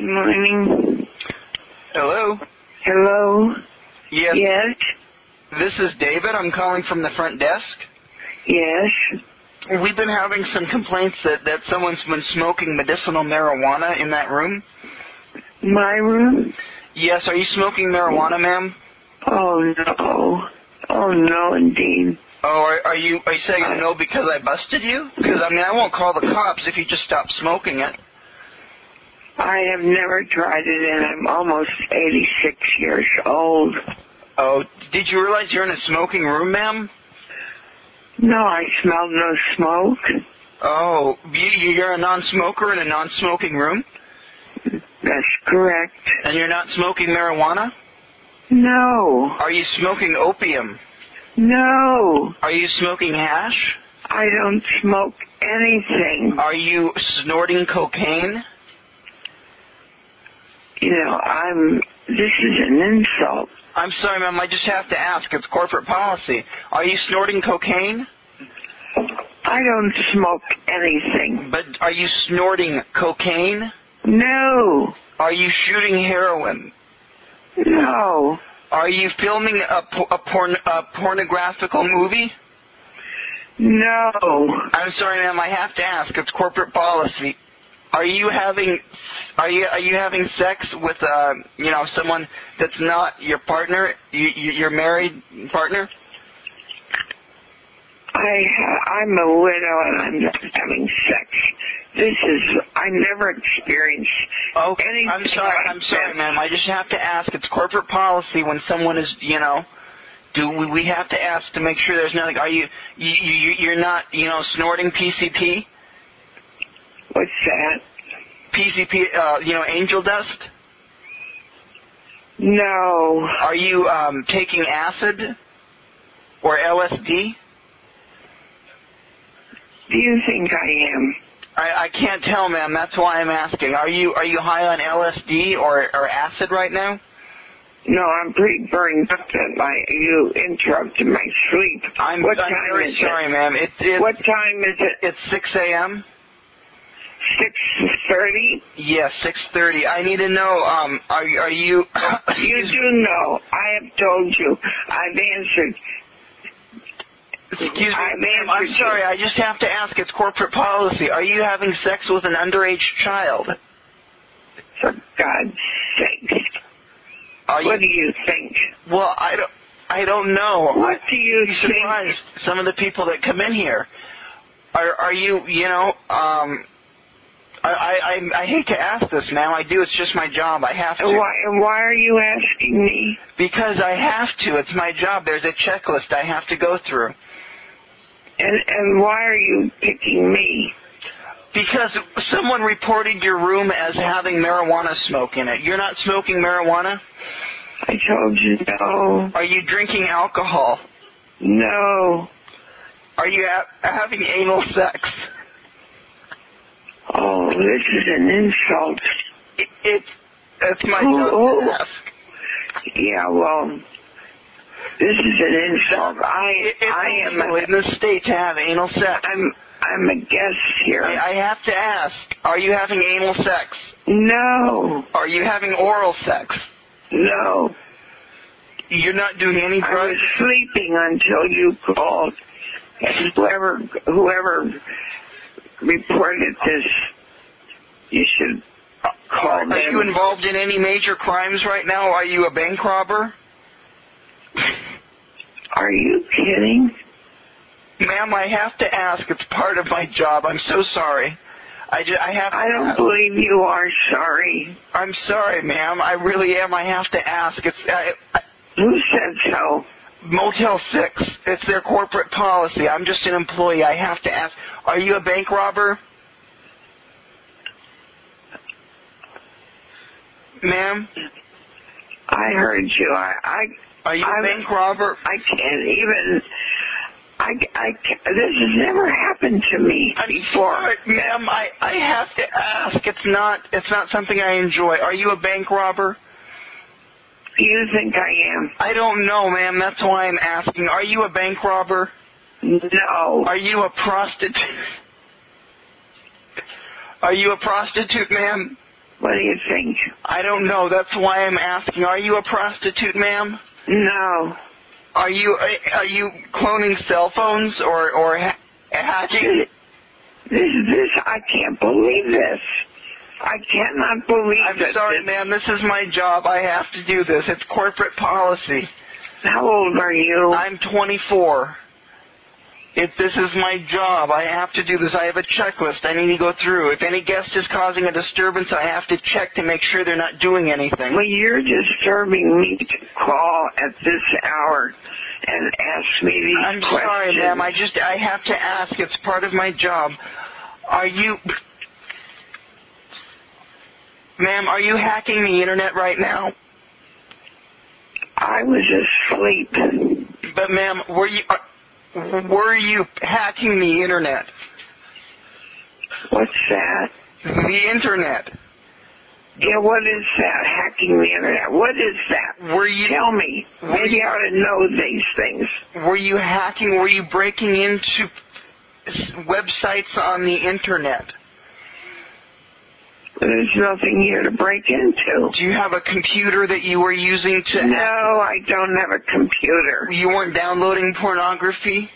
morning. Hello. Hello? Yes. Yes? This is David. I'm calling from the front desk. Yes? We've been having some complaints that, that someone's been smoking medicinal marijuana in that room. My room? Yes, are you smoking marijuana, ma'am? Oh, no. Oh, no, indeed. Oh, are, are you are you saying no because I busted you? Because I mean, I won't call the cops if you just stop smoking it. I have never tried it, and I'm almost 86 years old. Oh, did you realize you're in a smoking room, ma'am? No, I smelled no smoke. Oh, you, you're a non-smoker in a non-smoking room, That's correct. and you're not smoking marijuana. No. Are you smoking opium? No. Are you smoking hash? I don't smoke anything. Are you snorting cocaine? You know, I'm. This is an insult. I'm sorry, ma'am. I just have to ask. It's corporate policy. Are you snorting cocaine? I don't smoke anything. But are you snorting cocaine? No. Are you shooting heroin? No. Are you filming a, po- a, porn- a pornographical movie? No. I'm sorry, ma'am. I have to ask. It's corporate policy. Are you having are you are you having sex with uh you know someone that's not your partner you, you your married partner? I ha- I'm a widow and I'm not having sex. This is I never experienced. Oh, Anything I'm sorry. like I'm sorry, that. ma'am. I just have to ask. It's corporate policy when someone is you know. Do we, we have to ask to make sure there's nothing? Are you you you you're not you know snorting PCP What's that? PCP uh, you know angel dust? No. Are you um, taking acid or LSD? Do you think I am? I, I can't tell, ma'am. That's why I'm asking. Are you are you high on LSD or or acid right now? No, I'm pretty burned up that my you interrupted my sleep. I'm what I'm time very is sorry, ma'am. It, it? it What time is it? It's 6 a.m. Six thirty. Yes, 6:30. I need to know. Um, are you- are you? You do know. I have told you. I've answered. Excuse me, I've ma'am. I'm answered you. sorry. I just have to ask. It's corporate policy. Are you having sex with an underage child? For God's sake. Are What do you? you think? Well, I don't. I don't know. What do you be think? surprised some of the people that come in here. Are are you you know um I I I- I hate to ask this, ma'am. I do. It's just my job. I have to And why, and why are you asking me? because I have to. It's my job. There's a checklist I have to go through And, and why are you picking me? because someone reported your room as having marijuana smoke in it. You're not smoking marijuana. I told you no, Are you drinking alcohol? no. Are you ha- having anal sex? Oh, this is an insult. It, it's it's my Oh, job oh. to ask. Yeah, well, this is an insult. I, It, it's I am, illegal a, in this state to have anal sex. I'm, I'm a guest here. I, I have to ask, are you having anal sex? No, Are you having oral sex? no. You're not doing any I was drugs? sleeping until you called. And whoever whoever reported this, you should call Are them. you involved in any major crimes right now? Are you a bank robber? Are you kidding? Ma'am, I have to ask. It's part of my job. I'm so sorry. I, ju- I have to I don't ask. believe you are sorry. I'm sorry, ma'am. I really am. I have to ask. It's I, I, Who said so? Motel 6. It's their corporate policy. I'm just an employee. I have to ask. Are you a bank robber? Ma'am? I heard you. I I, Are you a I'm- bank robber? I can't even. I, I ca- this has never happened to me I'm before. sorry, ma'am. I, I have to ask. It's not it's not something I enjoy. Are you a bank robber? You think I am? I don't know, ma'am. That's why I'm asking. Are you a bank robber? No, Are you a prostitute? Are you a prostitute, ma'am? What do you think? I don't know. That's why I'm asking. Are you a prostitute, ma'am? No. Are you uh, are you cloning cell phones or or ha- hacking? This, this, I can't believe this. I cannot believe I'm that sorry, this- ma'am. This is my job. I have to do this. It's corporate policy. How old are you? I'm 24. If this is my job, I have to do this. I have a checklist I need to go through. If any guest is causing a disturbance, I have to check to make sure they're not doing anything. well, you're disturbing me to call at this hour and ask me these I'm questions. sorry, ma'am. I just I have to ask. It's part of my job. Are you, ma'am? Are you hacking the internet right now? I was asleep. But, ma'am, were you are, were you hacking the internet? What's that? The internet. Yeah, what is that? Hacking the internet. What is that? Were you Tell me. Maybe I ought to know these things. were you hacking? Were you breaking into s- websites on the internet? There's nothing here to break into. Do you have a computer that you were using to? No, I don't have a computer. You weren't downloading pornography.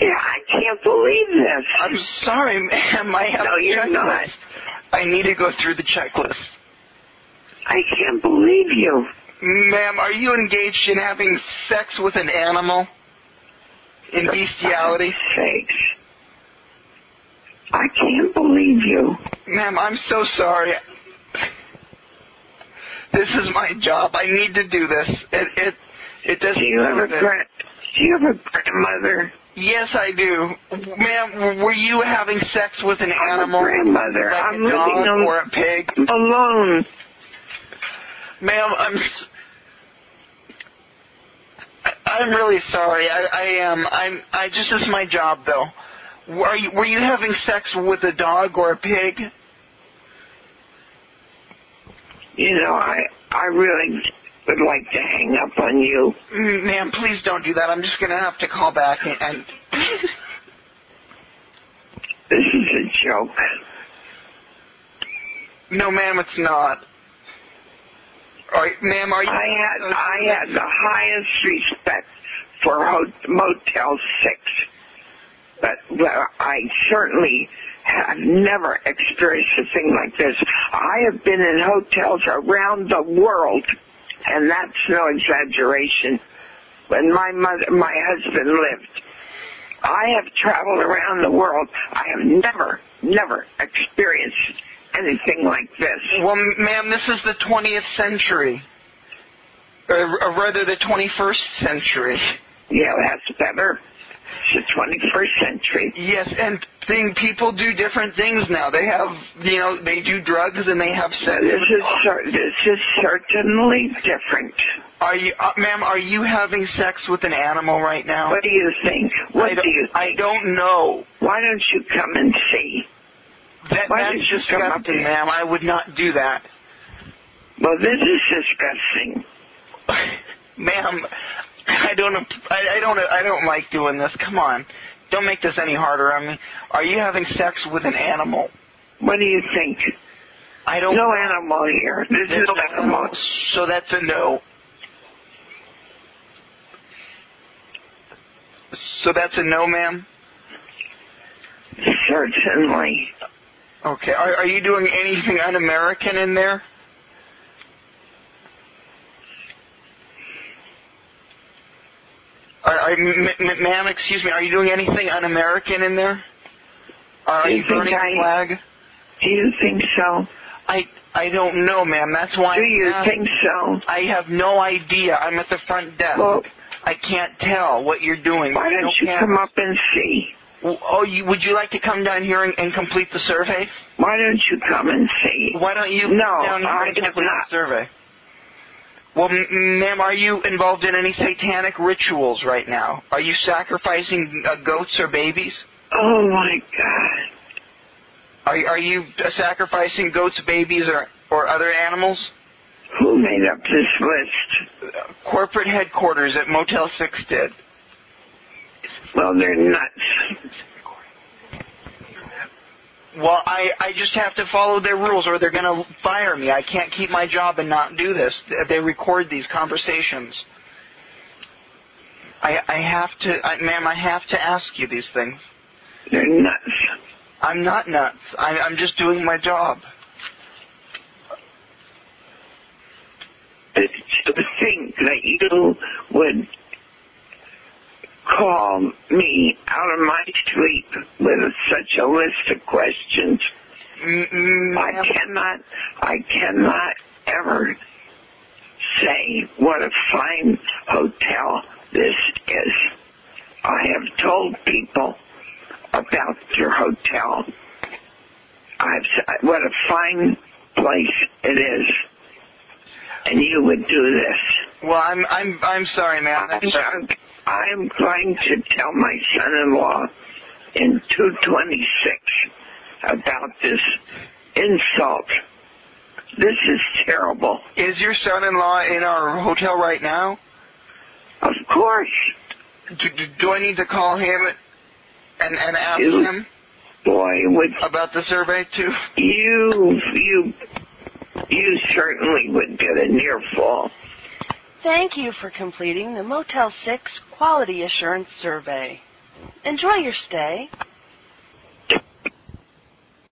Yeah, I can't believe this. I'm sorry, ma'am. I have No, a you're checklist. not. I need to go through the checklist. I can't believe you. Ma'am, are you engaged in having sex with an animal? In bestiality? For sakes. I can't believe you. Ma'am, I'm so sorry. This is my job. I need to do this. It it it doesn't. Do you have a sound it. grand? Do you have a grandmother? Yes, I do. Ma'am, were you having sex with an I'm a animal? grandmother. Like I'm a living dog al- or a pig? alone. Ma'am, I'm. s- I- I'm really sorry. I, I am. I'm. I just it's my job though. Were you were you having sex with a dog or a pig? You know, I I really would like to hang up on you. Mm, Ma'am, please don't do that. I'm just gonna have to call back and. and This is a joke. no, ma'am, it's not. All right, ma'am, are you? I had I had the highest respect for ho- Motel Six, but well, I certainly have never experienced a thing like this. I have been in hotels around the world, and that's no exaggeration. When my mother, my husband lived, I have traveled around the world. I have never, never experienced anything like this. Well, ma'am, this is the 20th century, Uh, or, or rather the 21st century. Yeah, that's better. It's the 21st century. Yes, and thing people do different things now. They have, you know, they do drugs and they have sex. This is cer- this is certainly different. Are you, uh, ma'am? Are you having sex with an animal right now? What do you think? What I don't, do you I think? don't know. Why don't you come and see? That, Why that's did you come up disgusting, here? ma'am. I would not do that, Well, this is disgusting. ma'am. I don't. ap- I, I don't. I don't like doing this. Come on, don't make this any harder on me. Are you having sex with an animal? What do you think? I don't. No animal here. This is animal. So that's a no. So that's a no, ma'am. Certainly. Okay. Are, are you doing anything un-American in there? Are, are, m- m- ma'am, excuse me. Are you doing anything un-American in there? Are, are Do you you burning think a I- flag? Do you think so? I I don't know, ma'am. That's why. Do I'm you asking. think so? I have no idea. I'm at the front desk. Well- I can't tell what you're doing. Why I don't don't you care. come up and see? Oh, you, would you like to come down here and, and complete the survey? Why don't you come and see? Why don't you No, come down here I and have complete not. the survey? Well, m- ma'am, are you involved in any satanic rituals right now? Are you sacrificing uh, goats or babies? Oh my God. Are, are you uh, sacrificing goats, babies, or, or other animals? Who made up this list? Uh, Corporate headquarters at Motel 6 did. Well, they're nuts. well, I, I just have to follow their rules or they're going to fire me. I can't keep my job and not do this. They record these conversations. I, I have to, I, ma'am, I have to ask you these things. They're nuts. I'm not nuts. I, I'm just doing my job. Did you think that you would call me out of my sleep with such a list of questions? Mm-mm, I ma'am. cannot, I cannot ever say what a fine hotel this is. I have told people about your hotel. I've said what a fine place it is, and you would do this. Well, I'm, I'm, I'm sorry, ma'am. I'm sorry. I'm, I'm going to tell my son-in-law in 226 about this insult. This is terrible. Is your son-in-law in our hotel right now? Of course, Do, do, do I need to call him and, and ask You- him boy, would about the survey too? you, you, you certainly would get a near fall. Thank you for completing the Motel 6 Quality Assurance Survey. Enjoy your stay.